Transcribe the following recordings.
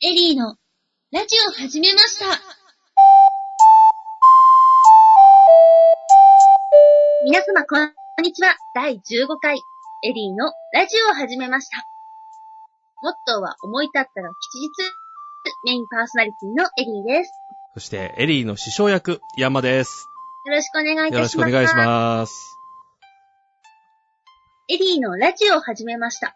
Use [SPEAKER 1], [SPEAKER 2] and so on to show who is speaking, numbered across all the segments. [SPEAKER 1] エリーのラジオ始めました。皆様こんにちは。第15回エリーのラジオを始めました。モットーは思い立ったら吉日。メインパーソナリティのエリーです。
[SPEAKER 2] そして、エリーの師匠役、ヤンマです。
[SPEAKER 1] よろしくお願いい
[SPEAKER 2] よ
[SPEAKER 1] た
[SPEAKER 2] ろ
[SPEAKER 1] し
[SPEAKER 2] し
[SPEAKER 1] ます。
[SPEAKER 2] くお願いします。
[SPEAKER 1] エリーのラジオを始めました。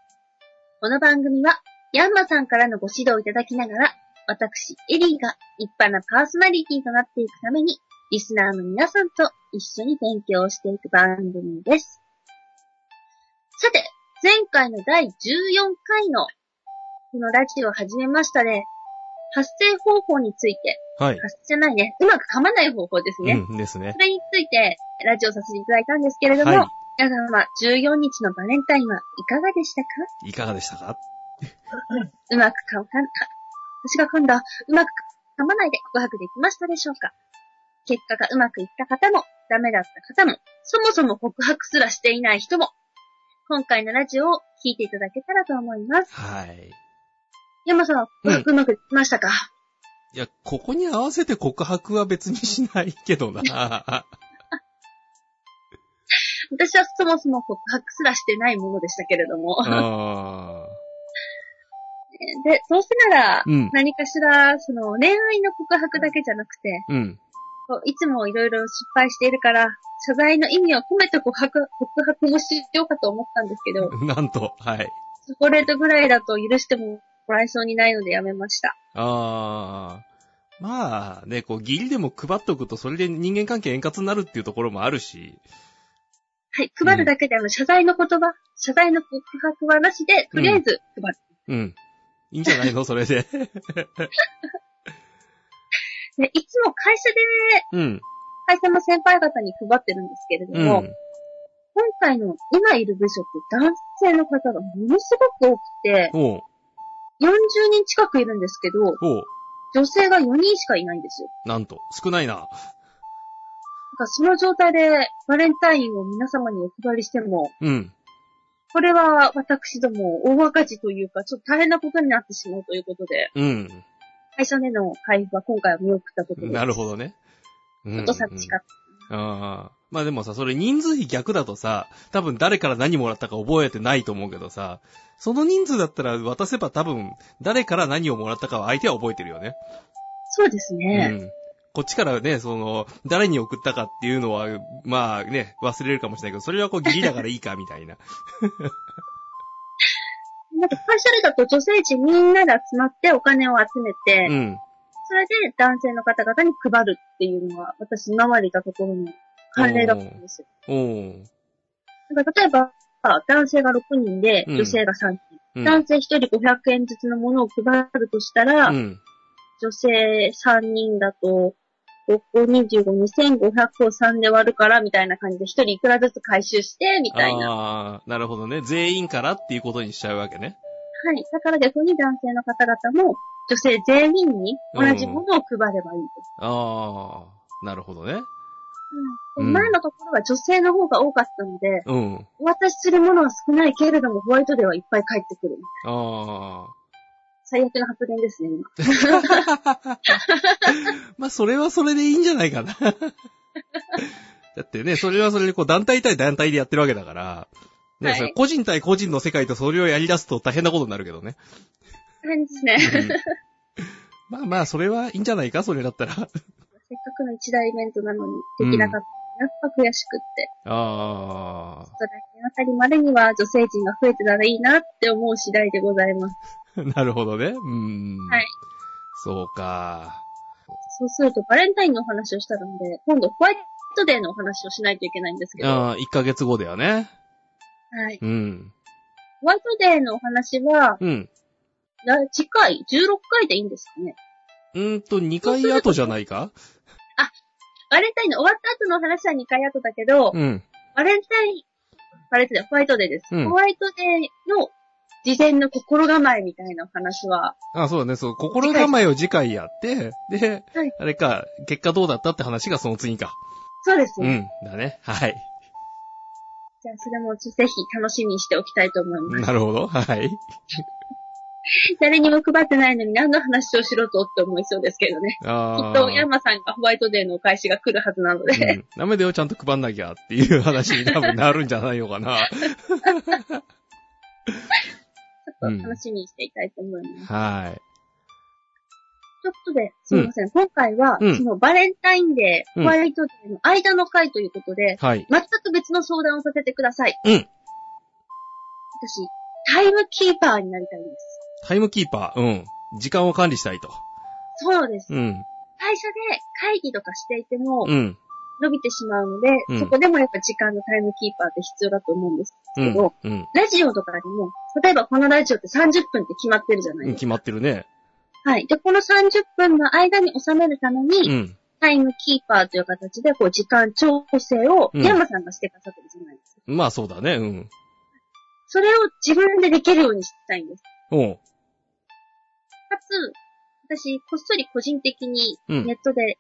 [SPEAKER 1] この番組は、ヤンマさんからのご指導をいただきながら、私、エリーが立派なパーソナリティとなっていくために、リスナーの皆さんと一緒に勉強をしていく番組です。さて、前回の第14回の、このラジオを始めましたで、発声方法について、
[SPEAKER 2] はい。
[SPEAKER 1] 発声じゃないね、うまく噛まない方法ですね。
[SPEAKER 2] うん、ですね
[SPEAKER 1] そ。れについて、ラジオさせていただいたんですけれども、
[SPEAKER 2] は
[SPEAKER 1] 皆さんは14日のバレンタインはいかがでしたか
[SPEAKER 2] い。いかがでしたか
[SPEAKER 1] うまく噛ま、か私が噛んだ、うまく噛まないで告白できましたでしょうか結果がうまくいった方も、ダメだった方も、そもそも告白すらしていない人も、今回のラジオを聞いていただけたらと思います。
[SPEAKER 2] はい。
[SPEAKER 1] 山さんは告白うまくいきましたか、
[SPEAKER 2] いや、ここに合わせて告白は別にしないけ どな。
[SPEAKER 1] 私はそもそも告白すらしてないものでしたけれども。
[SPEAKER 2] あ
[SPEAKER 1] で、どうせなら
[SPEAKER 2] ー、 うん。
[SPEAKER 1] 何かしら、その、恋愛の告白だけじゃなくて、
[SPEAKER 2] うん。
[SPEAKER 1] こういつもいろいろ失敗しているから、謝罪の意味を込めて告白、告白もしようかと思ったんですけど、
[SPEAKER 2] なんと、はい。
[SPEAKER 1] チョコレートぐらいだと許してももらえそうにないのでやめました。
[SPEAKER 2] あー。まあね、こう、義理でも配っとくと、それで人間関係円滑になるっていうところもあるし、
[SPEAKER 1] はい、配るだけで、あの、謝罪の言葉、謝罪の告白はなしで、とりあえず配る。
[SPEAKER 2] うん。いいんじ ゃないのそれで。
[SPEAKER 1] でいつも会社で、
[SPEAKER 2] うん。
[SPEAKER 1] 会社の先輩方に配ってるんですけれど
[SPEAKER 2] う
[SPEAKER 1] も、
[SPEAKER 2] ん。
[SPEAKER 1] 今回の今いる部署って男性の方がものすごく多くて、
[SPEAKER 2] おう、
[SPEAKER 1] 40人近くいるんですけど、
[SPEAKER 2] おう、
[SPEAKER 1] 女性が4人しかいないんですよ。
[SPEAKER 2] なんと、少ないな。
[SPEAKER 1] なんかその状態でバレンタインを皆様にお配りしても、
[SPEAKER 2] うん。
[SPEAKER 1] これは私ども大赤字というか、ちょっと大変なことになってしまうということで、
[SPEAKER 2] うん。
[SPEAKER 1] 会社での配布は今回は見送った ことです。
[SPEAKER 2] なるほ
[SPEAKER 1] ち
[SPEAKER 2] どね。うん
[SPEAKER 1] ょっと察知か。
[SPEAKER 2] ああ。まあでもさ、それ人数比逆だとさ、多分誰から何もらったか覚えてないと思うけどさ、その人数だったら渡せば多分、誰から何をもらったかは相手は覚えてるよね。
[SPEAKER 1] そうですね。
[SPEAKER 2] うん。こっちからね、その、誰に送ったかっていうのは、まあね、忘れるかもしれないけど、それはこう義理だからいいか、み たいな。
[SPEAKER 1] なんか会社でだと女性陣みんなで集まってお金を集めて、
[SPEAKER 2] うん。
[SPEAKER 1] それで男性の方々に配るっていうのは、私今までいたところの慣例だったんですよ。
[SPEAKER 2] おー。
[SPEAKER 1] だから例えば、男性が6人で、
[SPEAKER 2] うん
[SPEAKER 1] 女性が3人。
[SPEAKER 2] うん。
[SPEAKER 1] 男性1人500円ずつのものを配るとしたら、
[SPEAKER 2] うん。
[SPEAKER 1] 女性3人だと、5個25、2500を3で割るから、みたいな感じで、1人いくらずつ回収して、みたいな。は
[SPEAKER 2] ああ、なるほどね。全員からっていうことにしちゃうわけね。
[SPEAKER 1] い。だから逆に男性の方々も、女性全員に同じものを配ればいいと。
[SPEAKER 2] ああ、なるほどね。
[SPEAKER 1] うん
[SPEAKER 2] うん
[SPEAKER 1] 前のところは女性の方が多かったので、
[SPEAKER 2] うん。
[SPEAKER 1] お渡しするものは少ないけれども、ホワイトではいっぱい返ってくる。
[SPEAKER 2] ああ。
[SPEAKER 1] 最悪の発言ですね、今。
[SPEAKER 2] まあ、それはそれでいいんじゃない かな。だってね、それはそれでこう団体対団体でやってるわけだから、ね、
[SPEAKER 1] はい
[SPEAKER 2] それ個人対個人の世界とそれをやり出すと大変なことになるけど ね。
[SPEAKER 1] 大変ですね。
[SPEAKER 2] うんまあまあ、それはいいんじゃないか、それだったら。あ
[SPEAKER 1] せっかくの一大イベントなのに、できなかった。やっぱ悔しくって。
[SPEAKER 2] あ
[SPEAKER 1] そうだね。あたりまでには女性陣が増えてたらいいなって思う次第でございます。
[SPEAKER 2] ー、 なるほどね。うん。
[SPEAKER 1] はい。
[SPEAKER 2] そうか。
[SPEAKER 1] そうするとバレンタインのお話をしたので、今度ホワイトデーのお話をしないといけないんですけど、は
[SPEAKER 2] ああ、1ヶ月後だよね。
[SPEAKER 1] い。
[SPEAKER 2] うん。
[SPEAKER 1] ホワイトデーのお話は、
[SPEAKER 2] うん。
[SPEAKER 1] な次回、16回でいいんですかね
[SPEAKER 2] うーんと、2回後じゃないか
[SPEAKER 1] バレンタインの終わった後の話は2回後だけど、
[SPEAKER 2] うん。
[SPEAKER 1] バレンタイン、バレンタイン、ホワイトデーです。
[SPEAKER 2] うん
[SPEAKER 1] ホワイトデーの事前の心構えみたいなお話は、
[SPEAKER 2] あ、そうだね、そう、心構えを次回やって、で、
[SPEAKER 1] はい
[SPEAKER 2] あれか、結果どうだったって話がその次か。
[SPEAKER 1] そうです
[SPEAKER 2] う
[SPEAKER 1] ね。
[SPEAKER 2] ん、だね。はい。
[SPEAKER 1] じゃあそれもぜひ楽しみにしておきたいと思います。
[SPEAKER 2] なるほど。はい。
[SPEAKER 1] 誰にも配ってないのに何の話をしろとって思いそうですけどね。き
[SPEAKER 2] あ
[SPEAKER 1] っ
[SPEAKER 2] あ。
[SPEAKER 1] と、ヤンマさんがホワイトデーのお返しが来るはずなので、
[SPEAKER 2] うん、ダメだよ、ちゃんと配んなきゃっていう話に多分なるんじゃないのかな。
[SPEAKER 1] ちょっと楽しみにしていきたいと思います。
[SPEAKER 2] はい。
[SPEAKER 1] ちょっとで、すみません。今回は、
[SPEAKER 2] うん
[SPEAKER 1] そのバレンタインデー、
[SPEAKER 2] うん
[SPEAKER 1] ホワイトデーの間の回ということで、
[SPEAKER 2] はい。
[SPEAKER 1] 全く別の相談をさせてください。
[SPEAKER 2] うん
[SPEAKER 1] 私、タイムキーパーになりたいんです。
[SPEAKER 2] タイムキーパー、うん。時間を管理したいと。
[SPEAKER 1] そうです。
[SPEAKER 2] うん。
[SPEAKER 1] 会社で会議とかしていても、
[SPEAKER 2] うん。
[SPEAKER 1] 伸びてしまうので、
[SPEAKER 2] うん
[SPEAKER 1] そこでもやっぱ時間のタイムキーパーって必要だと思うんです
[SPEAKER 2] う
[SPEAKER 1] けど
[SPEAKER 2] ん。、うん。
[SPEAKER 1] ラジオとかでも、例えばこのラジオって30分って決まってるじゃないですか。
[SPEAKER 2] 決まってるね。
[SPEAKER 1] はい。で、この30分の間に収めるために、
[SPEAKER 2] うん。
[SPEAKER 1] タイムキーパーという形で、こう、時間調整を、
[SPEAKER 2] うん
[SPEAKER 1] ヤンマさんがしてくださってるじゃないですか。
[SPEAKER 2] まあそうだね。うん。
[SPEAKER 1] それを自分でできるようにしたいんです。
[SPEAKER 2] おう。
[SPEAKER 1] かつ、私、こっそり個人的に
[SPEAKER 2] うん
[SPEAKER 1] ネットで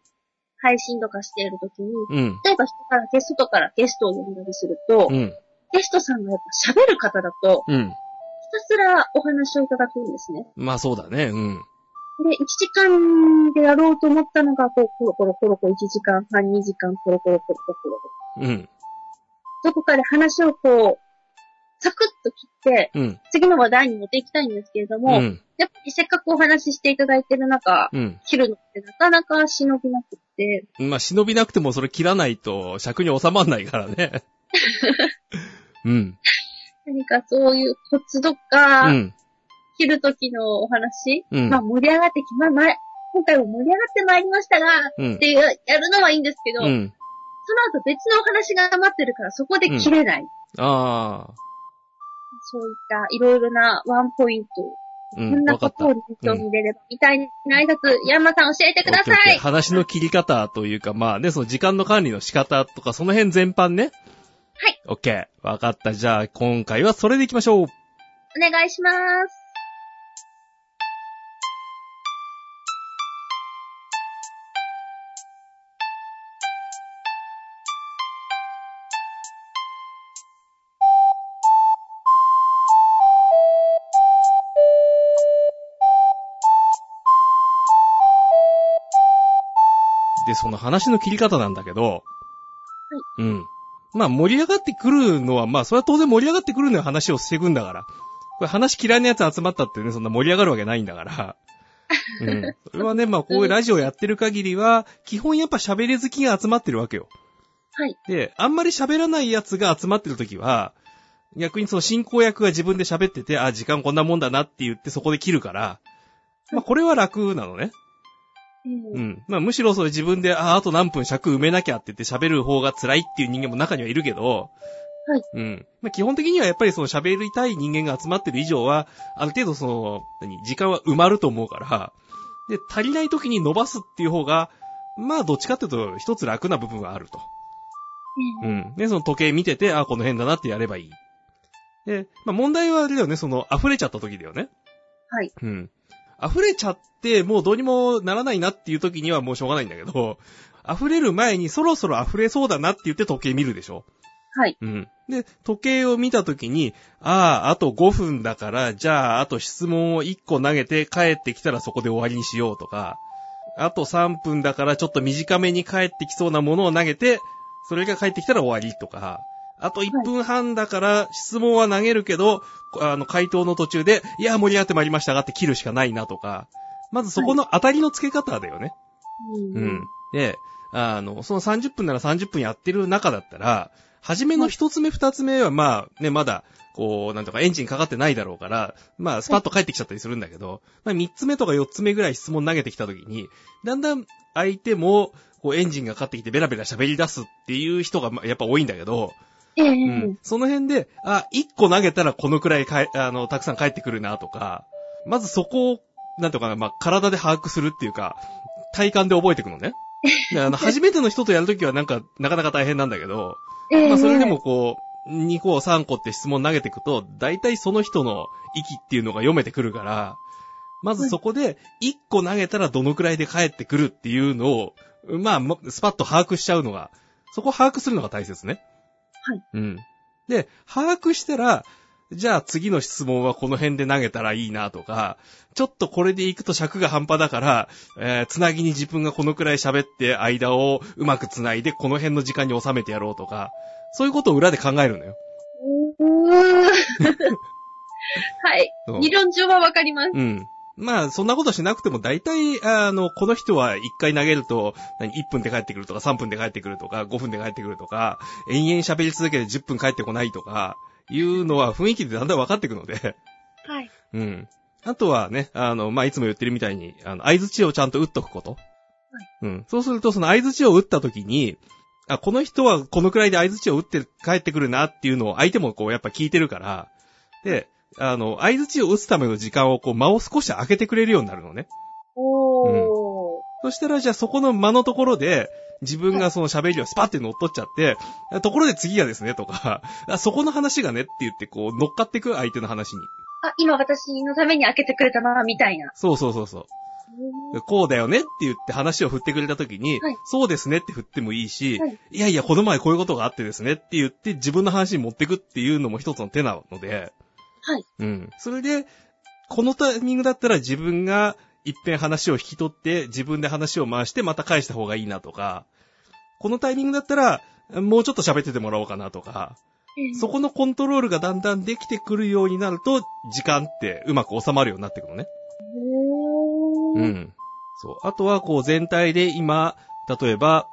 [SPEAKER 1] 配信とかしているときに、
[SPEAKER 2] うん。
[SPEAKER 1] 例えば人からゲストとからゲストを呼んだりすると、
[SPEAKER 2] うん。
[SPEAKER 1] ゲストさんがやっぱ喋る方だと、
[SPEAKER 2] う
[SPEAKER 1] ひ
[SPEAKER 2] ん。
[SPEAKER 1] たすらお話をいただくんですね。
[SPEAKER 2] まあそうだね。うん。
[SPEAKER 1] で、1時間でやろうと思ったのが、こう、コロコロコロコロ1時間半、2時間、コロコロコロコロコロ。
[SPEAKER 2] うん。
[SPEAKER 1] どこかで話をこう、サクッと切って、
[SPEAKER 2] うん。
[SPEAKER 1] 次の話題に持っていきたいんですけれど
[SPEAKER 2] う
[SPEAKER 1] も、
[SPEAKER 2] ん。
[SPEAKER 1] やっぱりせっかくお話ししていただいてる中、
[SPEAKER 2] うん。
[SPEAKER 1] 切るのってなかなか忍びなくって、
[SPEAKER 2] まあ忍びなくてもそれ切らないと尺に収まんないから ね。うん。
[SPEAKER 1] 何かそういうコツと
[SPEAKER 2] う
[SPEAKER 1] か、
[SPEAKER 2] ん。
[SPEAKER 1] 切る時のお話、
[SPEAKER 2] うん
[SPEAKER 1] まあ。盛り上がってきま、ま、今回も盛り上がってまいりましたが、っ
[SPEAKER 2] うん。
[SPEAKER 1] ていう、やるのはいいんですけど、
[SPEAKER 2] うん。
[SPEAKER 1] その後別のお話が待ってるからそこで切れない。
[SPEAKER 2] ああ。
[SPEAKER 1] そういったいろいろなワンポイント、
[SPEAKER 2] う
[SPEAKER 1] こん
[SPEAKER 2] ん。
[SPEAKER 1] な
[SPEAKER 2] わか
[SPEAKER 1] こ
[SPEAKER 2] った
[SPEAKER 1] とを。念頭に入れれば、みたいな挨拶、ヤンマさん教えてくださ
[SPEAKER 2] オッケーオッケー
[SPEAKER 1] い
[SPEAKER 2] 話の切り方というか、まあね、その時間の管理の仕方とか、その辺全般ね。
[SPEAKER 1] はい。
[SPEAKER 2] オッケー。わかった。じゃあ、今回はそれでいきましょう。
[SPEAKER 1] お願いします。
[SPEAKER 2] で、その話の切り方なんだけど、うん。まあ、盛り上がってくるのは、まあ、それは当然盛り上がってくるのは話を防ぐんだから。これ話嫌いなやつ集まったってね、そんな盛り上がるわけないんだから。 うん。それはね、まあ、こういうラジオやってる限りは、基本やっぱ喋り好きが集まってるわけよ。
[SPEAKER 1] はい。
[SPEAKER 2] で、あんまり喋らないやつが集まってる時は、逆にその進行役が自分で喋ってて、あ、時間こんなもんだなって言ってそこで切るから、まあこれは楽なのね。
[SPEAKER 1] う
[SPEAKER 2] うんん。まあむしろそれ自分で、あ、あと何分尺埋めなきゃって言って喋る方が辛いっていう人間も中にはいるけど、
[SPEAKER 1] はい。
[SPEAKER 2] うん。まあ基本的にはやっぱりその喋りたい人間が集まってる以上は、ある程度その、何、時間は埋まると思うから、で、足りない時に伸ばすっていう方が、まあどっちかっていうと一つ楽な部分はあると。うん。で、その時計見てて、あ、この辺だなってやればいい。で、まあ、問題はあれだよね、その、溢れちゃった時だよね。
[SPEAKER 1] はい。
[SPEAKER 2] うん。溢れちゃって、もうどうにもならないなっていう時にはもうしょうがないんだけど、 溢れる前にそろそろ溢れそうだなって言って時計見るでしょ。
[SPEAKER 1] はい。
[SPEAKER 2] うん。で、時計を見た時に、ああ、あと5分だから、じゃあ、あと質問を1個投げて帰ってきたらそこで終わりにしようとか、あと3分だからちょっと短めに帰ってきそうなものを投げて、それが帰ってきたら終わりとか、あと1分半だから質問は投げるけど、こあの、回答の途中で、いや、盛り上がってまいりましたがって切るしかないなとか、まずそこの当たりの付け方だよね。
[SPEAKER 1] うん。
[SPEAKER 2] う
[SPEAKER 1] うん
[SPEAKER 2] ん。で、あの、その30分なら30分やってる中だったら、初めの一つ目二つ目はまあね、まだ、こう、なんとかエンジンかかってないだろうから、まあスパッと帰ってきちゃったりするんだけど、まあ三つ目とか四つ目ぐらい質問投げてきた時に、だんだん相手も、こうエンジンがかかってきてベラベラ喋り出すっていう人がまあやっぱ多いんだけど、
[SPEAKER 1] ええ
[SPEAKER 2] うん。その辺で、あ、一個投げたらこのくらいかえ、あの、たくさん返ってくるなとか、まずそこを、なんとかな、まあ、体で把握するっていうか、体感で覚えていくのね。で あの、初めての人とやるときはなんか、なかなか大変なんだけど、
[SPEAKER 1] ええ
[SPEAKER 2] まあ、それでもこう、2個3個って質問投げていくと、大体その人の息っていうのが読めてくるから、まずそこで、1個投げたらどのくらいで返ってくるっていうのを、まあま、スパッと把握しちゃうのが、そこを把握するのが大切ね。
[SPEAKER 1] はい。
[SPEAKER 2] うん。で、把握したら、じゃあ次の質問はこの辺で投げたらいいなとか、ちょっとこれで行くと尺が半端だから、えーつなぎに自分がこのくらい喋って間をうまくつないでこの辺の時間に収めてやろうとか、そういうことを裏で考えるのよ。
[SPEAKER 1] うーん はい。
[SPEAKER 2] そう
[SPEAKER 1] 理論上はわかります。
[SPEAKER 2] うん。まあ、そんなことしなくても、大体、あの、この人は1回投げると、何、1分で帰ってくるとか、3分で帰ってくるとか、5分で帰ってくるとか、延々喋り続けて10分帰ってこないとか、いうのは雰囲気でだんだん分かってくので、
[SPEAKER 1] はい。
[SPEAKER 2] うん。あとはね、あの、まあ、いつも言ってるみたいに、あの、合図値をちゃんと打っとくこと。うん。そうすると、その合図値を打った時に、あ、この人はこのくらいで合図値を打って帰ってくるなっていうのを相手もこう、やっぱ聞いてるから、で、あの、合図値を打つための時間をこう、間を少し空けてくれるようになるのね。
[SPEAKER 1] おー。
[SPEAKER 2] そしたら、じゃあそこの間のところで、自分がその喋りをスパって乗っ取っちゃって、あところで次がですね、とか、あそこの話がねって言ってこう、乗っかってく相手の話に。
[SPEAKER 1] あ、今私のために開けてくれたな、みたいな。
[SPEAKER 2] そうそうそうそう。こうだよねって言って話を振ってくれた時に、
[SPEAKER 1] はい
[SPEAKER 2] そうですねって振ってもいいし、
[SPEAKER 1] はいい、
[SPEAKER 2] やいや、この前こういうことがあってですねって言って自分の話に持ってくっていうのも一つの手なので、
[SPEAKER 1] はい。
[SPEAKER 2] うん。それで、このタイミングだったら自分が一遍話を引き取って自分で話を回してまた返した方がいいなとか、このタイミングだったらもうちょっと喋っててもらおうかなとか、そこのコントロールがだんだんできてくるようになると、時間ってうまく収まるようになってくるのね。
[SPEAKER 1] う。
[SPEAKER 2] うんん。そう。あとは、こう、全体で今、例えば、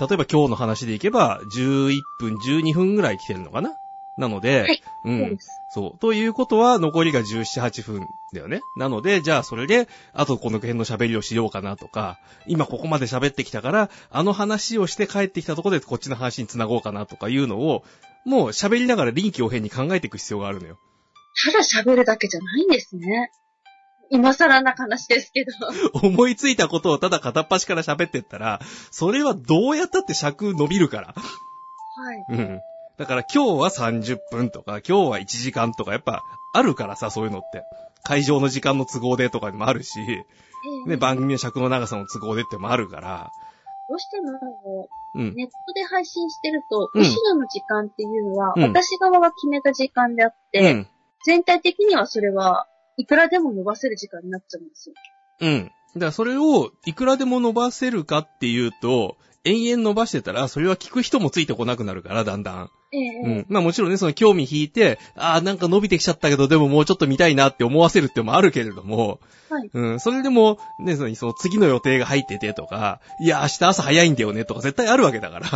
[SPEAKER 2] 例えば今日の話でいけば、11分、12分ぐらい来てるのかななので、
[SPEAKER 1] はい
[SPEAKER 2] うん
[SPEAKER 1] そうです。
[SPEAKER 2] そう。ということは、残りが17、8分だよね。なので、じゃあそれで、あとこの辺の喋りをしようかなとか、今ここまで喋ってきたから、あの話をして帰ってきたところでこっちの話に繋ごうかなとかいうのを、もう喋りながら臨機応変に考えていく必要があるのよ。
[SPEAKER 1] ただ喋るだけじゃないんですね。今更な話ですけど。
[SPEAKER 2] 思いついたことをただ片っ端から喋ってったら、それはどうやったって尺伸びるから。
[SPEAKER 1] はい。
[SPEAKER 2] うん。だから今日は30分とか、今日は1時間とか、やっぱあるからさ、そういうのって。会場の時間の都合でとかでもあるし、
[SPEAKER 1] え
[SPEAKER 2] ね、
[SPEAKER 1] え
[SPEAKER 2] 番組の尺の長さの都合でってのもあるから、
[SPEAKER 1] どうしても、
[SPEAKER 2] うん。
[SPEAKER 1] ネットで配信してると、
[SPEAKER 2] うん
[SPEAKER 1] 後ろの時間っていうのは、
[SPEAKER 2] うん
[SPEAKER 1] 私側が決めた時間であって、
[SPEAKER 2] うん。
[SPEAKER 1] 全体的にはそれはいくらでも伸ばせる時間になっちゃうんですよ。
[SPEAKER 2] うん。だからそれをいくらでも伸ばせるかっていうと、延々伸ばしてたら、それは聞く人もついてこなくなるから、だんだん。
[SPEAKER 1] ええ
[SPEAKER 2] うん。まあもちろんね、その興味引いて、ああ、なんか伸びてきちゃったけど、でももうちょっと見たいなって思わせるってのもあるけれども、
[SPEAKER 1] はい
[SPEAKER 2] うん。それでも、ね、そのその次の予定が入っててとか、いや、明日朝早いんだよねとか絶対あるわけだから。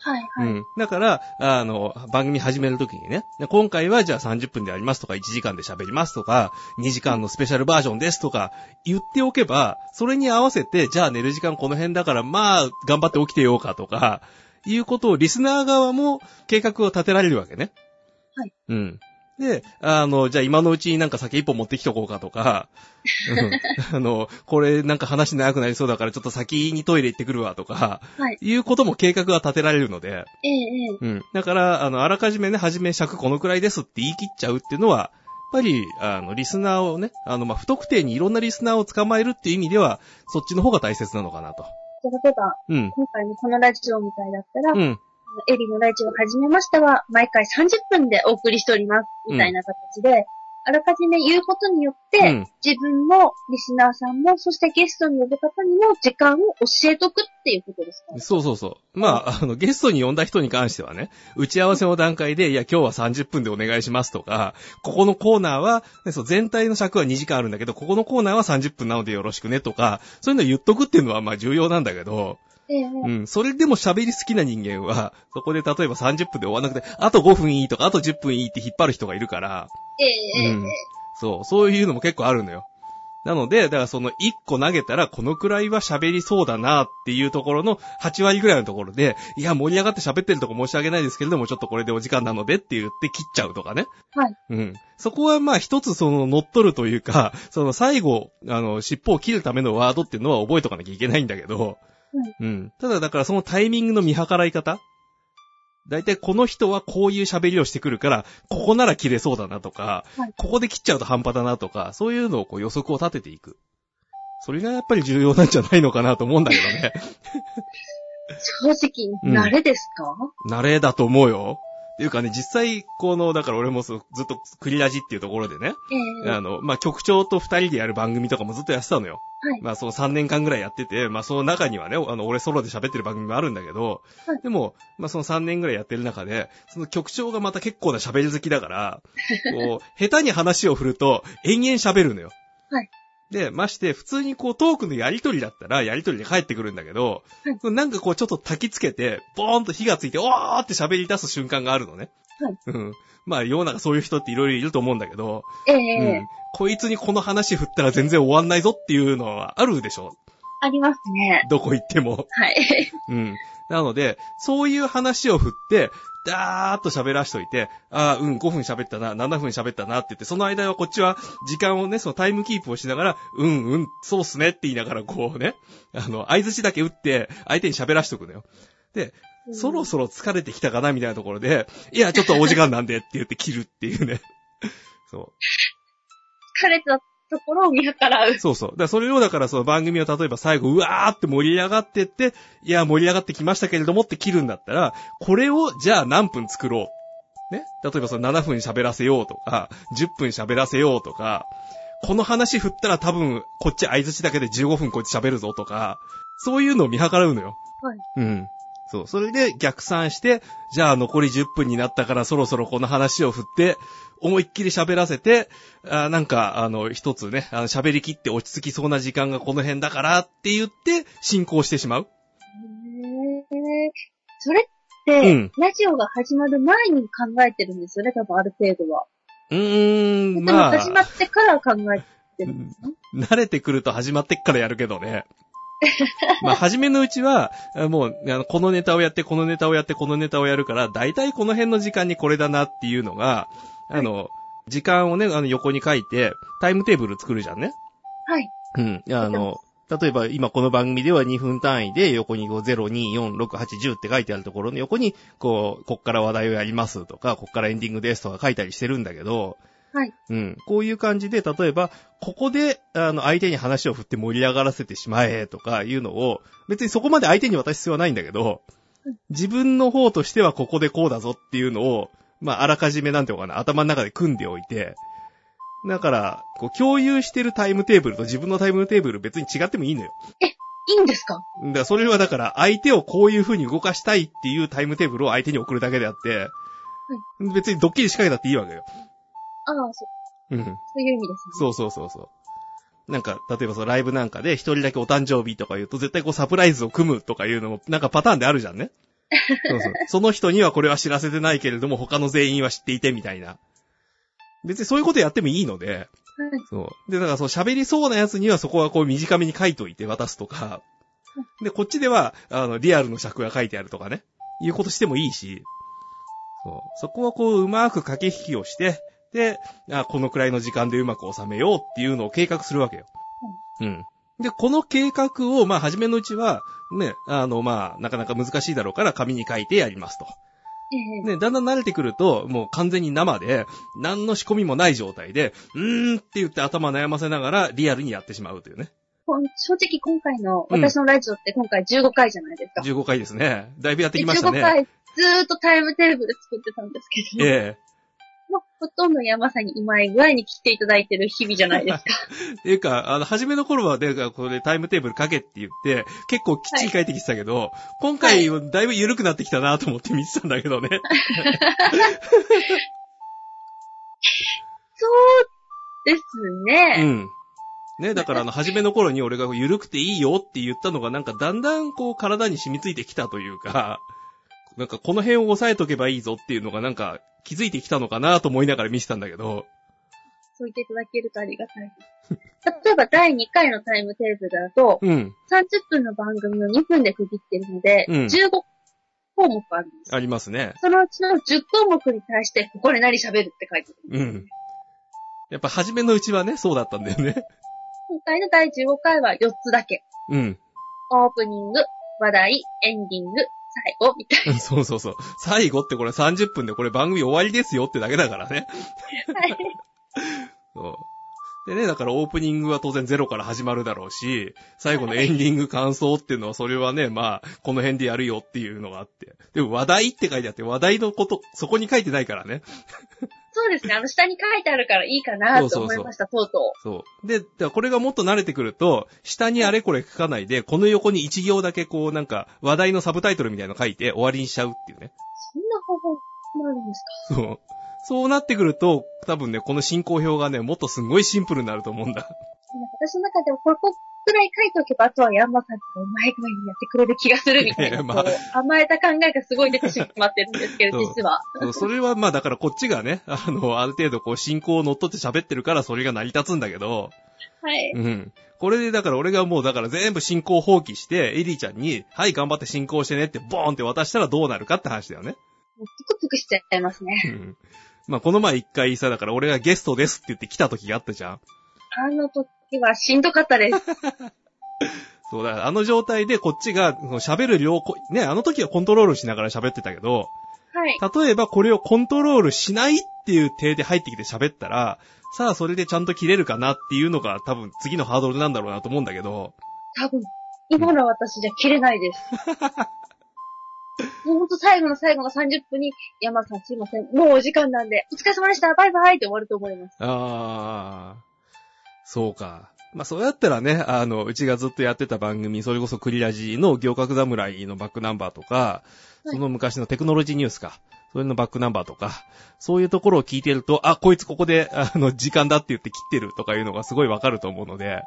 [SPEAKER 1] はいは
[SPEAKER 2] う
[SPEAKER 1] い。
[SPEAKER 2] ん。だから、あの、番組始めるときにね、今回はじゃあ30分でありますとか、1時間で喋りますとか、2時間のスペシャルバージョンですとか、言っておけば、それに合わせて、じゃあ寝る時間この辺だから、まあ、頑張って起きてようかとか、いうことをリスナー側も計画を立てられるわけね。
[SPEAKER 1] はい。
[SPEAKER 2] うん。で、あの、じゃあ今のうちになんか先一本持ってきとこうかとか、 うんあの、これなんか話長くなりそうだからちょっと先にトイレ行ってくるわとか、
[SPEAKER 1] はい。
[SPEAKER 2] いうことも計画が立てられるので、
[SPEAKER 1] ええええ
[SPEAKER 2] うん。だから、あの、あらかじめね、はじめ尺このくらいですって言い切っちゃうっていうのは、やっぱり、あの、リスナーをね、あの、まあ、不特定にいろんなリスナーを捕まえるっていう意味では、そっちの方が大切なのかなと。
[SPEAKER 1] じゃあ例えば、
[SPEAKER 2] うん。
[SPEAKER 1] 今回のこのラジオみたいだったら、
[SPEAKER 2] うん。
[SPEAKER 1] エリのラジオを始めましたは、毎回30分でお送りしております、みたいな形で、あらかじめ言うことによって、
[SPEAKER 2] うん。
[SPEAKER 1] 自分も、リスナーさんも、そしてゲストに呼ぶ方にも時間を教えとくっていうことですかね。
[SPEAKER 2] そうそうそう。まあ、あの、ゲストに呼んだ人に関してはね、打ち合わせの段階で、いや、今日は30分でお願いしますとか、ここのコーナーは、ねそう、全体の尺は2時間あるんだけど、ここのコーナーは30分なのでよろしくねとか、そういうの言っとくっていうのは、まあ、重要なんだけど、
[SPEAKER 1] ええ
[SPEAKER 2] うん、それでも喋り好きな人間は、そこで例えば30分で終わらなくて、あと5分いいとか、あと10分いいって引っ張る人がいるから、
[SPEAKER 1] ええええ
[SPEAKER 2] うんそう、そういうのも結構あるのよ。なので、だからその1個投げたらこのくらいは喋りそうだなっていうところの8割ぐらいのところで、いや、盛り上がって喋ってるとこ申し訳ないですけれども、ちょっとこれでお時間なのでって言って切っちゃうとかね。
[SPEAKER 1] はい。
[SPEAKER 2] うん。そこはまあ一つその乗っ取るというか、その最後、あの、尻尾を切るためのワードっていうのは覚えとかなきゃいけないんだけど、うん。ただだからそのタイミングの見計らい方だいたいこの人はこういう喋りをしてくるから、ここなら切れそうだなとか、
[SPEAKER 1] はい
[SPEAKER 2] ここで切っちゃうと半端だなとか、そういうのをこう予測を立てていく。それがやっぱり重要なんじゃないのかなと思うんだけどね。
[SPEAKER 1] 正直、
[SPEAKER 2] うん
[SPEAKER 1] 慣れですか、
[SPEAKER 2] 慣れだと思うよ。っていうかね、実際、この、だから俺もそうずっと繰りラジっていうところでね、
[SPEAKER 1] ええ
[SPEAKER 2] あの、まあ、局長と二人でやる番組とかもずっとやってたのよ。
[SPEAKER 1] はい
[SPEAKER 2] まあ、その3年間ぐらいやってて、まあ、その中にはね、あの、俺ソロで喋ってる番組もあるんだけど、
[SPEAKER 1] はい
[SPEAKER 2] でも、まあ、その3年ぐらいやってる中で、その局長がまた結構な喋り好き だから、こう、下手に話を振ると、延々喋るのよ。
[SPEAKER 1] はい
[SPEAKER 2] で、まして、普通にこう、トークのやりとりだったら、やりとりで帰ってくるんだけど、
[SPEAKER 1] はい
[SPEAKER 2] こうなんかこう、ちょっと焚きつけて、ボーンと火がついて、おーって喋り出す瞬間があるのね。
[SPEAKER 1] はい
[SPEAKER 2] うん。まあ、世の中そういう人っていろいろいると思うんだけど、
[SPEAKER 1] え
[SPEAKER 2] う
[SPEAKER 1] え
[SPEAKER 2] ん。こいつにこの話振ったら全然終わんないぞっていうのはあるでしょ
[SPEAKER 1] ありますね。
[SPEAKER 2] どこ行っても。
[SPEAKER 1] はい。
[SPEAKER 2] うん。なので、そういう話を振って、ダーッと喋らしといて、ああ、うん、5分喋ったな、7分喋ったなって言って、その間はこっちは時間をね、そのタイムキープをしながら、うん、うん、そうっすねって言いながらこうね、あの、相槌だけ打って、相手に喋らしとくのよ。で、 そろそろ疲れてきたかなみたいなところで、いや、ちょっとお時間なんでって言って切るっていうね。 そう。
[SPEAKER 1] 疲れたところを見計らう。
[SPEAKER 2] そうそう。だからそれをだからその番組を例えば最後、うわーって盛り上がってって、いや、盛り上がってきましたけれどもって切るんだったら、これをじゃあ何分作ろう。ね。例えばその7分喋らせようとか、10分喋らせようとか、この話振ったら多分、こっち相槌だけで15分こいつ喋るぞとか、そういうのを見計らうのよ。
[SPEAKER 1] はい。
[SPEAKER 2] うん。そう。それで逆算して、じゃあ残り10分になったからそろそろこの話を振って、思いっきり喋らせて、あーなんか、あの、一つね、あの喋りきって落ち着きそうな時間がこの辺だからって言って、進行してしまう。
[SPEAKER 1] へーそれっ
[SPEAKER 2] う
[SPEAKER 1] て、
[SPEAKER 2] ん
[SPEAKER 1] ラジオが始まる前に考えてるんですよね、多分ある程度は。
[SPEAKER 2] うーん、
[SPEAKER 1] でも
[SPEAKER 2] まあ、
[SPEAKER 1] 始まってから考えて
[SPEAKER 2] う
[SPEAKER 1] るんで
[SPEAKER 2] ん
[SPEAKER 1] すね。
[SPEAKER 2] 慣れてくると始まってっからやるけどね。 まあ、初めのうちは、あもう、あのこのネタをやって、このネタをやって、このネタをやるから、だいたいこの辺の時間にこれだなっていうのが、あの、時間をね、あの横に書いて、タイムテーブル作るじゃんね。
[SPEAKER 1] はい。
[SPEAKER 2] うん。あの、例えば今この番組では2分単位で横にこう0、2、4、6、8、10って書いてあるところの横に、こう、こっから話題をやりますとか、こっからエンディングですとか書いたりしてるんだけど、
[SPEAKER 1] はい。
[SPEAKER 2] うん。こういう感じで、例えば、ここで、あの、相手に話を振って盛り上がらせてしまえとかいうのを、別にそこまで相手に渡す必要はないんだけど、自分の方としてはここでこうだぞっていうのを、まあ、あらかじめなんていうのかな、頭の中で組んでおいて、だから、こう、共有してるタイムテーブルと自分のタイムテーブル別に違ってもいいのよ。
[SPEAKER 1] いいんですか
[SPEAKER 2] だから、それはだから、相手をこういう風に動かしたいっていうタイムテーブルを相手に送るだけであって、別にドッキリ仕掛けたっていいわけよ。
[SPEAKER 1] ああ、そ
[SPEAKER 2] うん。
[SPEAKER 1] そういう意味ですね。
[SPEAKER 2] そうそうそうそう。なんか、例えばそのライブなんかで一人だけお誕生日とか言うと絶対こうサプライズを組むとかいうのもなんかパターンであるじゃんね。そうそう。その人にはこれは知らせてないけれども他の全員は知っていてみたいな。別にそういうことやってもいいので、
[SPEAKER 1] はい。
[SPEAKER 2] そう。で、だからそう喋りそうなやつにはそこはこう短めに書いといて渡すとか、で、こっちでは、あの、リアルの尺が書いてあるとかね、いうことしてもいいし、そう。そこはこう、うまく駆け引きをして、で、あこのくらいの時間でうまく収めようっていうのを計画するわけよ。うん。で、この計画を、まあ、初めのうちは、ね、あの、まあ、なかなか難しいだろうから紙に書いてやりますと。
[SPEAKER 1] ええ
[SPEAKER 2] ね、だんだん慣れてくると、もう完全に生で、何の仕込みもない状態で、うーんって言って頭悩ませながらリアルにやってしまうというね。
[SPEAKER 1] ほん正直今回の、
[SPEAKER 2] うん
[SPEAKER 1] 私のラジオって今回15回じゃないですか。
[SPEAKER 2] 15回ですね。だいぶやってきました
[SPEAKER 1] 15
[SPEAKER 2] ね。
[SPEAKER 1] 回ずーっとタイムテーブル作ってたんですけど、
[SPEAKER 2] え
[SPEAKER 1] まあ、ほとんど山さんにうまい具合に切っていただいてる日々じゃない ですか。
[SPEAKER 2] えっていうか、あの、初めの頃は、で、これタイムテーブル書けって言って、結構きっちり書いてきてたけど、今回、だいぶ緩くなってきたなと思って見てたんだけどね。
[SPEAKER 1] そうです
[SPEAKER 2] う
[SPEAKER 1] ね。
[SPEAKER 2] ん。ね、だからあの、初めの頃に俺がこう緩くていいよって言ったのが、なんかだんだんこう体に染みついてきたというか、 なんかこの辺を押さえとけばいいぞっていうのがなんか気づいてきたのかなと思いながら見せたんだけど、
[SPEAKER 1] そう言っていただけるとありがたいです。例えば第2回のタイムテーブルだと、
[SPEAKER 2] うん、
[SPEAKER 1] 30分の番組を2分で区切ってるので、
[SPEAKER 2] うん
[SPEAKER 1] 15項目あるんです。
[SPEAKER 2] ありますね。
[SPEAKER 1] そのうちの10項目に対して、ここで何喋るって書いてあ
[SPEAKER 2] う
[SPEAKER 1] る。
[SPEAKER 2] ん。やっぱ初めのうちはね、そうだったんだよね。
[SPEAKER 1] 今回の第15回は4つだけ。
[SPEAKER 2] うん。
[SPEAKER 1] オープニング、話題、エンディング、最後、みたい
[SPEAKER 2] そうそうそう。最後ってこれ30分でこれ番組終わりですよってだけだからね。
[SPEAKER 1] な。はい
[SPEAKER 2] そう。でね、だからオープニングは当然ゼロから始まるだろうし、最後のエンディング感想っていうのは、それはね、まあ、この辺でやるよっていうのがあって。でも話題って書いてあって、話題のこと、そこに書いてないからね。
[SPEAKER 1] そうですね。あの、下に書いてあるからいいかなと思いました、とうと
[SPEAKER 2] そう。で、だからこれがもっと慣れてくると、下にあれこれ書かないで、この横に一行だけこう、なんか、話題のサブタイトルみたいなの書いて終わりにしちゃうっていうね。
[SPEAKER 1] う。そんな方法もあるんです
[SPEAKER 2] そう。そうなってくると、多分ね、この進行表がね、もっとすごいシンプルになると思うんだ。
[SPEAKER 1] かなんか私の中でもここくらい書いておけば、あとはヤンマさんとかうまい具合にやってくれる気がするみたい
[SPEAKER 2] いや
[SPEAKER 1] な、
[SPEAKER 2] まあ
[SPEAKER 1] こう甘えた考えがすごい出てしまってるんですけど、
[SPEAKER 2] そう
[SPEAKER 1] 実は。
[SPEAKER 2] そうそれはまあだからこっちがね、あの、ある程度こう進行を乗っ取って喋ってるからそれが成り立つんだけど、
[SPEAKER 1] はい。
[SPEAKER 2] うん。これでだから俺がもうだから全部進行放棄して、エリーちゃんに、はい頑張って進行してねってボーンって渡したらどうなるかって話だよね。
[SPEAKER 1] もうプクプクしちゃいますね。
[SPEAKER 2] うん。まあこの前一回さ、だから俺がゲストですって言って来た時があったじゃん。
[SPEAKER 1] あの時はしんどかったです。
[SPEAKER 2] そうだ、あの状態でこっちがその喋る量こ、ね、あの時はコントロールしながら喋ってたけど、
[SPEAKER 1] はい。
[SPEAKER 2] 例えばこれをコントロールしないっていう体で入ってきて喋ったら、さあそれでちゃんと切れるかなっていうのが多分次のハードルなんだろうなと思うんだけど、
[SPEAKER 1] 多分、今の私じゃ切れない です。ほんと最後の最後の30分に、山さんすいません、もうお時間なんで、お疲れ様でした、バイバイって終わると思います。
[SPEAKER 2] あー、そうか。まあそうやったらね、あの、うちがずっとやってた番組、それこそクリラジの行革侍のバックナンバーとか、
[SPEAKER 1] はい
[SPEAKER 2] その昔のテクノロジーニュースか、それのバックナンバーとか、そういうところを聞いてると、あ、こいつここで、あの、時間だって言って切ってるとかいうのがすごいわかると思うので、
[SPEAKER 1] え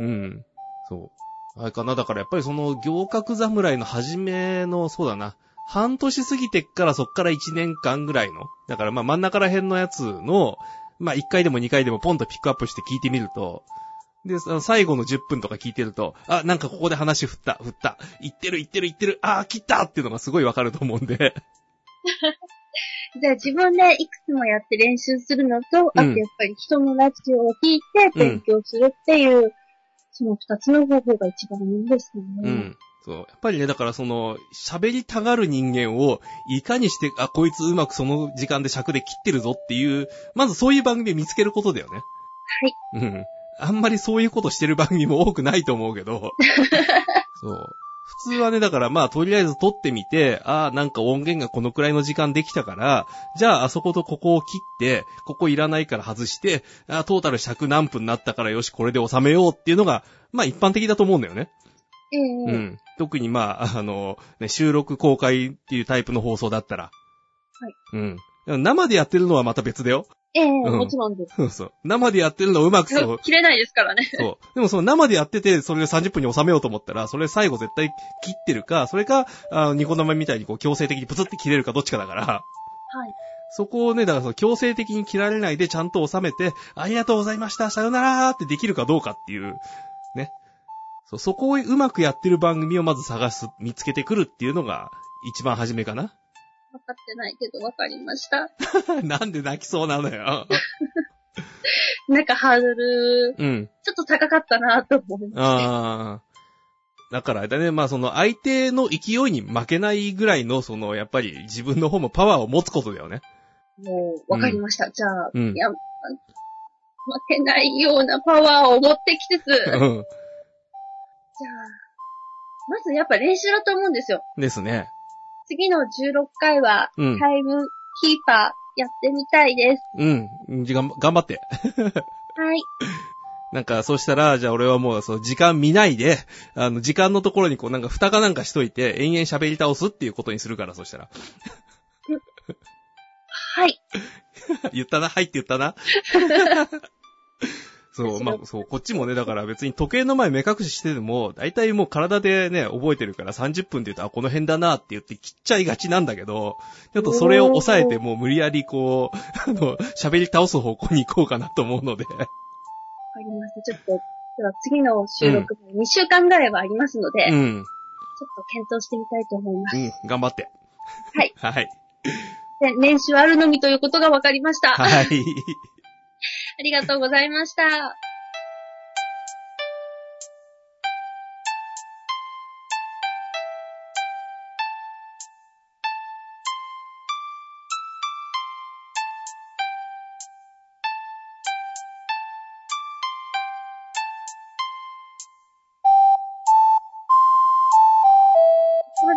[SPEAKER 1] ー
[SPEAKER 2] うん。そう。あれかな、だからやっぱりその、行革侍の初めの、そうだな、半年過ぎてっからそっから1年間ぐらいの、だからまあ真ん中ら辺のやつの、まあ1回でも2回でもポンとピックアップして聞いてみると、で、その最後の10分とか聞いてると、あ、なんかここで話振った、振った、言ってる言ってる言ってる、あー切ったっていうのがすごいわかると思うんで。
[SPEAKER 1] じゃあ自分でいくつもやって練習するのと、あとやっぱり人のラジオを聞いて勉強するっていう、その二つの方法が一番いいんですよね。
[SPEAKER 2] うん。そう。やっぱりね、だからその、喋りたがる人間を、いかにして、あ、こいつうまくその時間で尺で切ってるぞっていう、まずそういう番組を見つけることだよね。はい。うん。あんまりそういうことしてる番組も多くないと思うけ ど。そう。普通はね、だからまあ、とりあえず撮ってみて、ああ、なんか音源がこのくらいの時間できたから、じゃああそことここを切って、ここいらないから外して、あートータル尺何分になったからよし、これで収めようっていうのが、まあ一般的だと思うんだよね。
[SPEAKER 1] ええ
[SPEAKER 2] うん。特にまあ、あ の、ね、収録公開っていうタイプの放送だったら。はい。うん。生でやってるのはまた別だよ。
[SPEAKER 1] ええ
[SPEAKER 2] うん
[SPEAKER 1] もちろんです。
[SPEAKER 2] そうそう。生でやってるのうまく そう。
[SPEAKER 1] 切れないですからね。
[SPEAKER 2] そう。でもその生でやってて、それで30分に収めようと思ったら、それ最後絶対切ってるか、それか、あのニコ生みたいにこう強制的にプツって切れるかどっちかだから。
[SPEAKER 1] はい。
[SPEAKER 2] そこをね、だからその強制的に切られないでちゃんと収めて、ありがとうございました、さよならーってできるかどうかっていう、ね。そう、そこをうまくやってる番組をまず探す、見つけてくるっていうのが、一番初めかな。
[SPEAKER 1] わかってないけどわかりました。
[SPEAKER 2] なんで泣きそうなの よ。
[SPEAKER 1] なんかハードル、
[SPEAKER 2] うん。
[SPEAKER 1] ちょっと高かったなと思いますね。
[SPEAKER 2] あー。だからあれだね、まあその相手の勢いに負けないぐらいの、その、やっぱり自分の方もパワーを持つことだよね。
[SPEAKER 1] もう、わかりました。じゃあ、
[SPEAKER 2] うん
[SPEAKER 1] いや、あ負けないようなパワーを持ってきつつ、じ
[SPEAKER 2] う
[SPEAKER 1] ゃあ、
[SPEAKER 2] ん。
[SPEAKER 1] まずやっぱ練習だと思うんですよ。
[SPEAKER 2] ですね。
[SPEAKER 1] 次の16回は、
[SPEAKER 2] うん
[SPEAKER 1] タイムキーパーやってみたいです。
[SPEAKER 2] うん。じゃ、頑頑張って。
[SPEAKER 1] はい。
[SPEAKER 2] なんか、そうしたら、じゃあ俺はもう、その時間見ないで、あの、時間のところにこう、なんか蓋かなんかしといて、延々喋り倒すっていうことにするから、そしたら。
[SPEAKER 1] はい。
[SPEAKER 2] 言ったな、はいって言っ たな。そう、まあ、そう、こっちもね、だから別に時計の前目隠ししてても、大体もう体でね、覚えてるから30分で言うと、あ、この辺だなって言って切っちゃいがちなんだけど、ちょっとそれを抑えて、もう無理やりこう、 あの、喋り倒す方向に行こうかなと思うので。
[SPEAKER 1] わかりました。ちょっと、では次の収録も2週間ぐらいはありますので、
[SPEAKER 2] う
[SPEAKER 1] ちょっ
[SPEAKER 2] ん。
[SPEAKER 1] と検討してみたいと思います。
[SPEAKER 2] うん、頑張って。
[SPEAKER 1] はい。
[SPEAKER 2] はい。
[SPEAKER 1] で練習あるのみということがわかりました。あ
[SPEAKER 2] はい。
[SPEAKER 1] りがとうございました。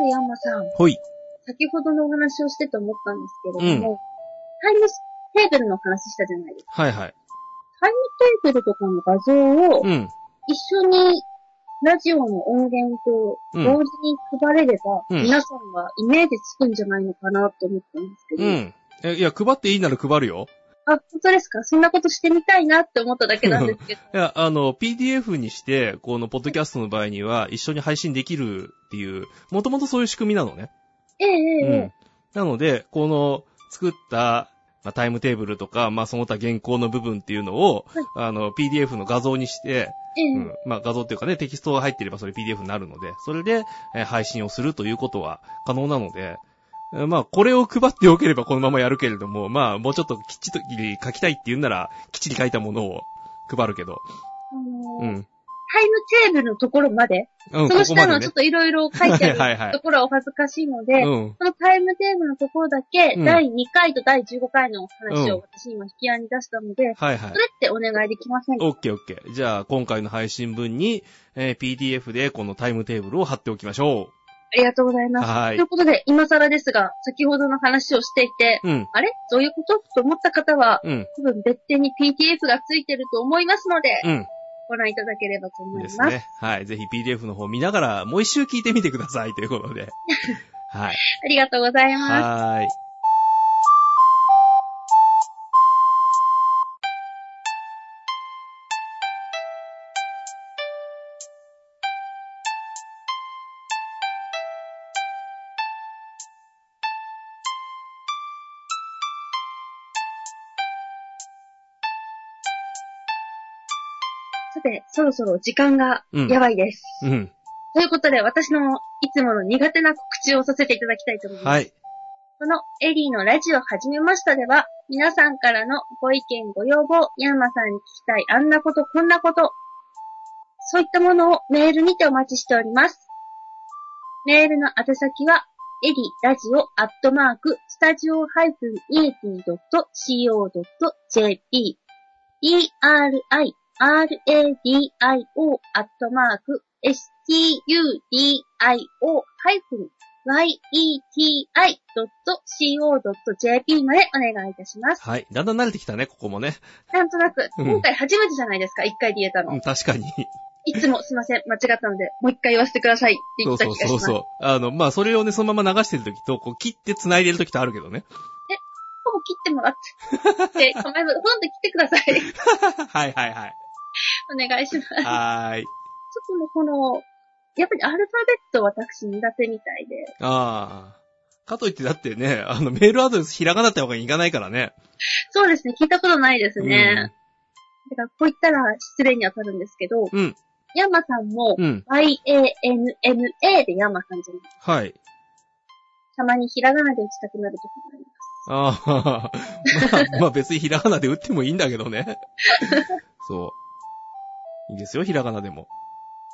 [SPEAKER 1] ヤンマさん、
[SPEAKER 2] ほい。
[SPEAKER 1] 先ほどのお話をしてと思ったんですけれども、タイムテーブルの話したじゃないですか。
[SPEAKER 2] はいはい。
[SPEAKER 1] タイムテーブルとかの画像を
[SPEAKER 2] うん。
[SPEAKER 1] 一緒にラジオの音源と同時に配れれば、
[SPEAKER 2] うん
[SPEAKER 1] 皆さんがイメージつくんじゃないのかなと思ったんですけ
[SPEAKER 2] う
[SPEAKER 1] ど、
[SPEAKER 2] ん。え、いや、配っていいなら配るよ。
[SPEAKER 1] あ、本当ですかそんなことしてみたいなって思っただけなんですけど。
[SPEAKER 2] いや、あの、PDF にして、このポッドキャストの場合には、一緒に配信できるっていう、もともとそういう仕組みなのね。
[SPEAKER 1] えええええ
[SPEAKER 2] うん
[SPEAKER 1] え。
[SPEAKER 2] なので、この作った、まあ、タイムテーブルとか、まあ、その他原稿の部分っていうのを、
[SPEAKER 1] はい
[SPEAKER 2] あの、PDF の画像にして、
[SPEAKER 1] ええ
[SPEAKER 2] うん、まあ、画像っていうかね、テキストが入ってればそれ PDF になるので、それで、えー配信をするということは可能なので、えーまあ、これを配っておければこのままやるけれども、まあ、もうちょっときっちり書きたいって言うんなら、きっちり書いたものを配るけど、
[SPEAKER 1] あのー
[SPEAKER 2] うん。
[SPEAKER 1] タイムテーブルのところまで、
[SPEAKER 2] う
[SPEAKER 1] その
[SPEAKER 2] ん、ここ
[SPEAKER 1] 下
[SPEAKER 2] ま
[SPEAKER 1] の
[SPEAKER 2] で
[SPEAKER 1] ちょっ
[SPEAKER 2] ね。
[SPEAKER 1] といろいろ書いて
[SPEAKER 2] は
[SPEAKER 1] あ
[SPEAKER 2] いはい
[SPEAKER 1] るところはお恥ずかしいので、
[SPEAKER 2] うん。
[SPEAKER 1] このタイムテーブルのところだけ、
[SPEAKER 2] うん
[SPEAKER 1] 第2回と第15回の話
[SPEAKER 2] う
[SPEAKER 1] を
[SPEAKER 2] ん
[SPEAKER 1] 私今引き合いに出したので、
[SPEAKER 2] はいはい
[SPEAKER 1] そ。れってお願いできませんか
[SPEAKER 2] オッケーオッケー。じゃあ、今回の配信分に、えー PDF でこのタイムテーブルを貼っておきましょ。
[SPEAKER 1] ありがとうございうます。
[SPEAKER 2] は
[SPEAKER 1] と
[SPEAKER 2] ー
[SPEAKER 1] い
[SPEAKER 2] い。
[SPEAKER 1] うことで、今更ですが、先ほどの話をしていて、
[SPEAKER 2] うん。
[SPEAKER 1] あれどういうことと思った方は、
[SPEAKER 2] うん。
[SPEAKER 1] 多分別件に PTF がついてると思いますので、
[SPEAKER 2] うん。
[SPEAKER 1] ご覧いただければと思い
[SPEAKER 2] で
[SPEAKER 1] ます。
[SPEAKER 2] すね。はい。ぜひ PDF の方見ながら、もう一周聞いてみてください。ということ で。はい。
[SPEAKER 1] ありがとうございます。
[SPEAKER 2] はーい。
[SPEAKER 1] さて、そろそろ時間が
[SPEAKER 2] うん。
[SPEAKER 1] やばいです。
[SPEAKER 2] うん。
[SPEAKER 1] ということで、私のいつもの苦手な告知をさせていただきたいと思います。
[SPEAKER 2] はい。
[SPEAKER 1] このエリーのラジオ始めましたでは、皆さんからのご意見、ご要望、ヤンマさんに聞きたいあんなこと、こんなこと、そういったものをメールにてお待ちしております。メールの宛先は、エリーラジオアットマーク、スタジオ -18.co.jp、e-r-i-r-a-d-i-o アットマーク、studio-hyphen yeti.co.jp までお願いいたします。
[SPEAKER 2] はい。だんだん慣れてきたね、ここもね。
[SPEAKER 1] なんとなく、
[SPEAKER 2] うん
[SPEAKER 1] 今回初めてじゃないですか、一回で言えた
[SPEAKER 2] う
[SPEAKER 1] の
[SPEAKER 2] ん、。確 かに。
[SPEAKER 1] いつもすいません、間違ったので、もう一回言わせてくださいって言
[SPEAKER 2] そ
[SPEAKER 1] っ
[SPEAKER 2] う
[SPEAKER 1] てた
[SPEAKER 2] そう
[SPEAKER 1] 気がしま
[SPEAKER 2] そう
[SPEAKER 1] す。
[SPEAKER 2] そう。あの、まあ、それをね、そのまま流してるときと、こう、切って繋いでるときとあるけどね。
[SPEAKER 1] ほぼ切ってもらって。で、構えず、ほんで来てください。
[SPEAKER 2] はいはいはい。
[SPEAKER 1] お願いします。ちょっ
[SPEAKER 2] はーい。
[SPEAKER 1] とね、この、やっぱりアルファベット私苦手みたいで、
[SPEAKER 2] ああ。かといってだってね、あの、メールアドレスひらがなってわけにいかないからね。
[SPEAKER 1] そうですね、聞いたことないですね。だから、こう言ったら失礼に当たるんですけど、
[SPEAKER 2] うん。
[SPEAKER 1] ヤンマさんも、
[SPEAKER 2] うん。うん。
[SPEAKER 1] YANMA でヤンマさんじゃない
[SPEAKER 2] はい。
[SPEAKER 1] たまにひらがなで打ちたくなるときがあります。
[SPEAKER 2] ああ、 まあ、まあ別にひらがなで打ってもいいんだけどね。そう。いいですよ、ひらがなでも。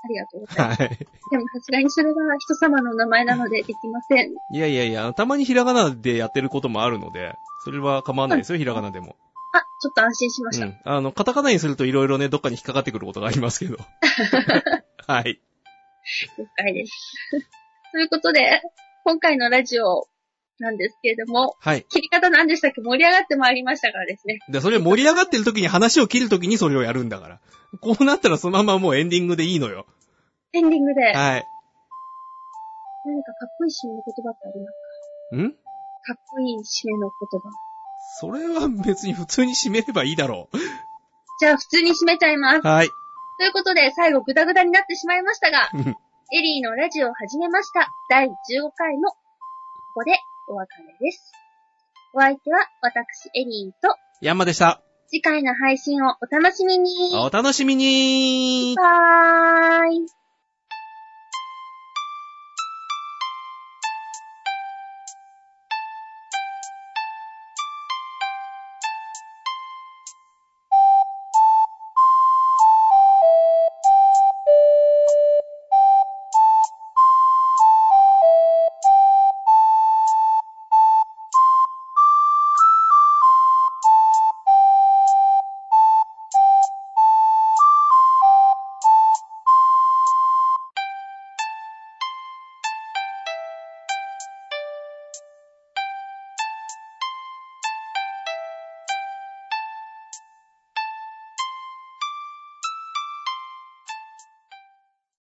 [SPEAKER 1] ありがとうございま
[SPEAKER 2] はい。
[SPEAKER 1] す。でもさすがにそれは人様のお名前なのでできません。
[SPEAKER 2] いやいやいや、たまにひらがなでやってることもあるので、それは構わないですよ、ひらがなでも。
[SPEAKER 1] あ、ちょっと安心しまし
[SPEAKER 2] う
[SPEAKER 1] た。
[SPEAKER 2] ん。あの、カタカナにするといろいろね、どっかに引っかかってくることがありますけど。はい。
[SPEAKER 1] 了解です。 ということで、今回のラジオなんですけれども、
[SPEAKER 2] はい。
[SPEAKER 1] 切り方何でしたっけ盛り上がってまいりましたからですね。
[SPEAKER 2] で、それ盛り上がってる時に話を切る時にそれをやるんだから。こうなったらそのままもうエンディングでいいのよ。
[SPEAKER 1] エンディングで何か
[SPEAKER 2] はい。
[SPEAKER 1] かっこいい締めの言葉ってあります
[SPEAKER 2] ん
[SPEAKER 1] かかっこいい締めの言葉。
[SPEAKER 2] それは別に普通に締めればいいだろ
[SPEAKER 1] じゃあ普通に締めちゃいます。
[SPEAKER 2] う。はい。
[SPEAKER 1] ということで、最後グダグダになってしまいました が、
[SPEAKER 2] うん
[SPEAKER 1] エリーのラジオを始めました。第15回も、ここでお別れです。お相手は私、エリーと、
[SPEAKER 2] ヤンマでした。
[SPEAKER 1] 次回の配信をお楽しみに
[SPEAKER 2] お楽しみに
[SPEAKER 1] バイ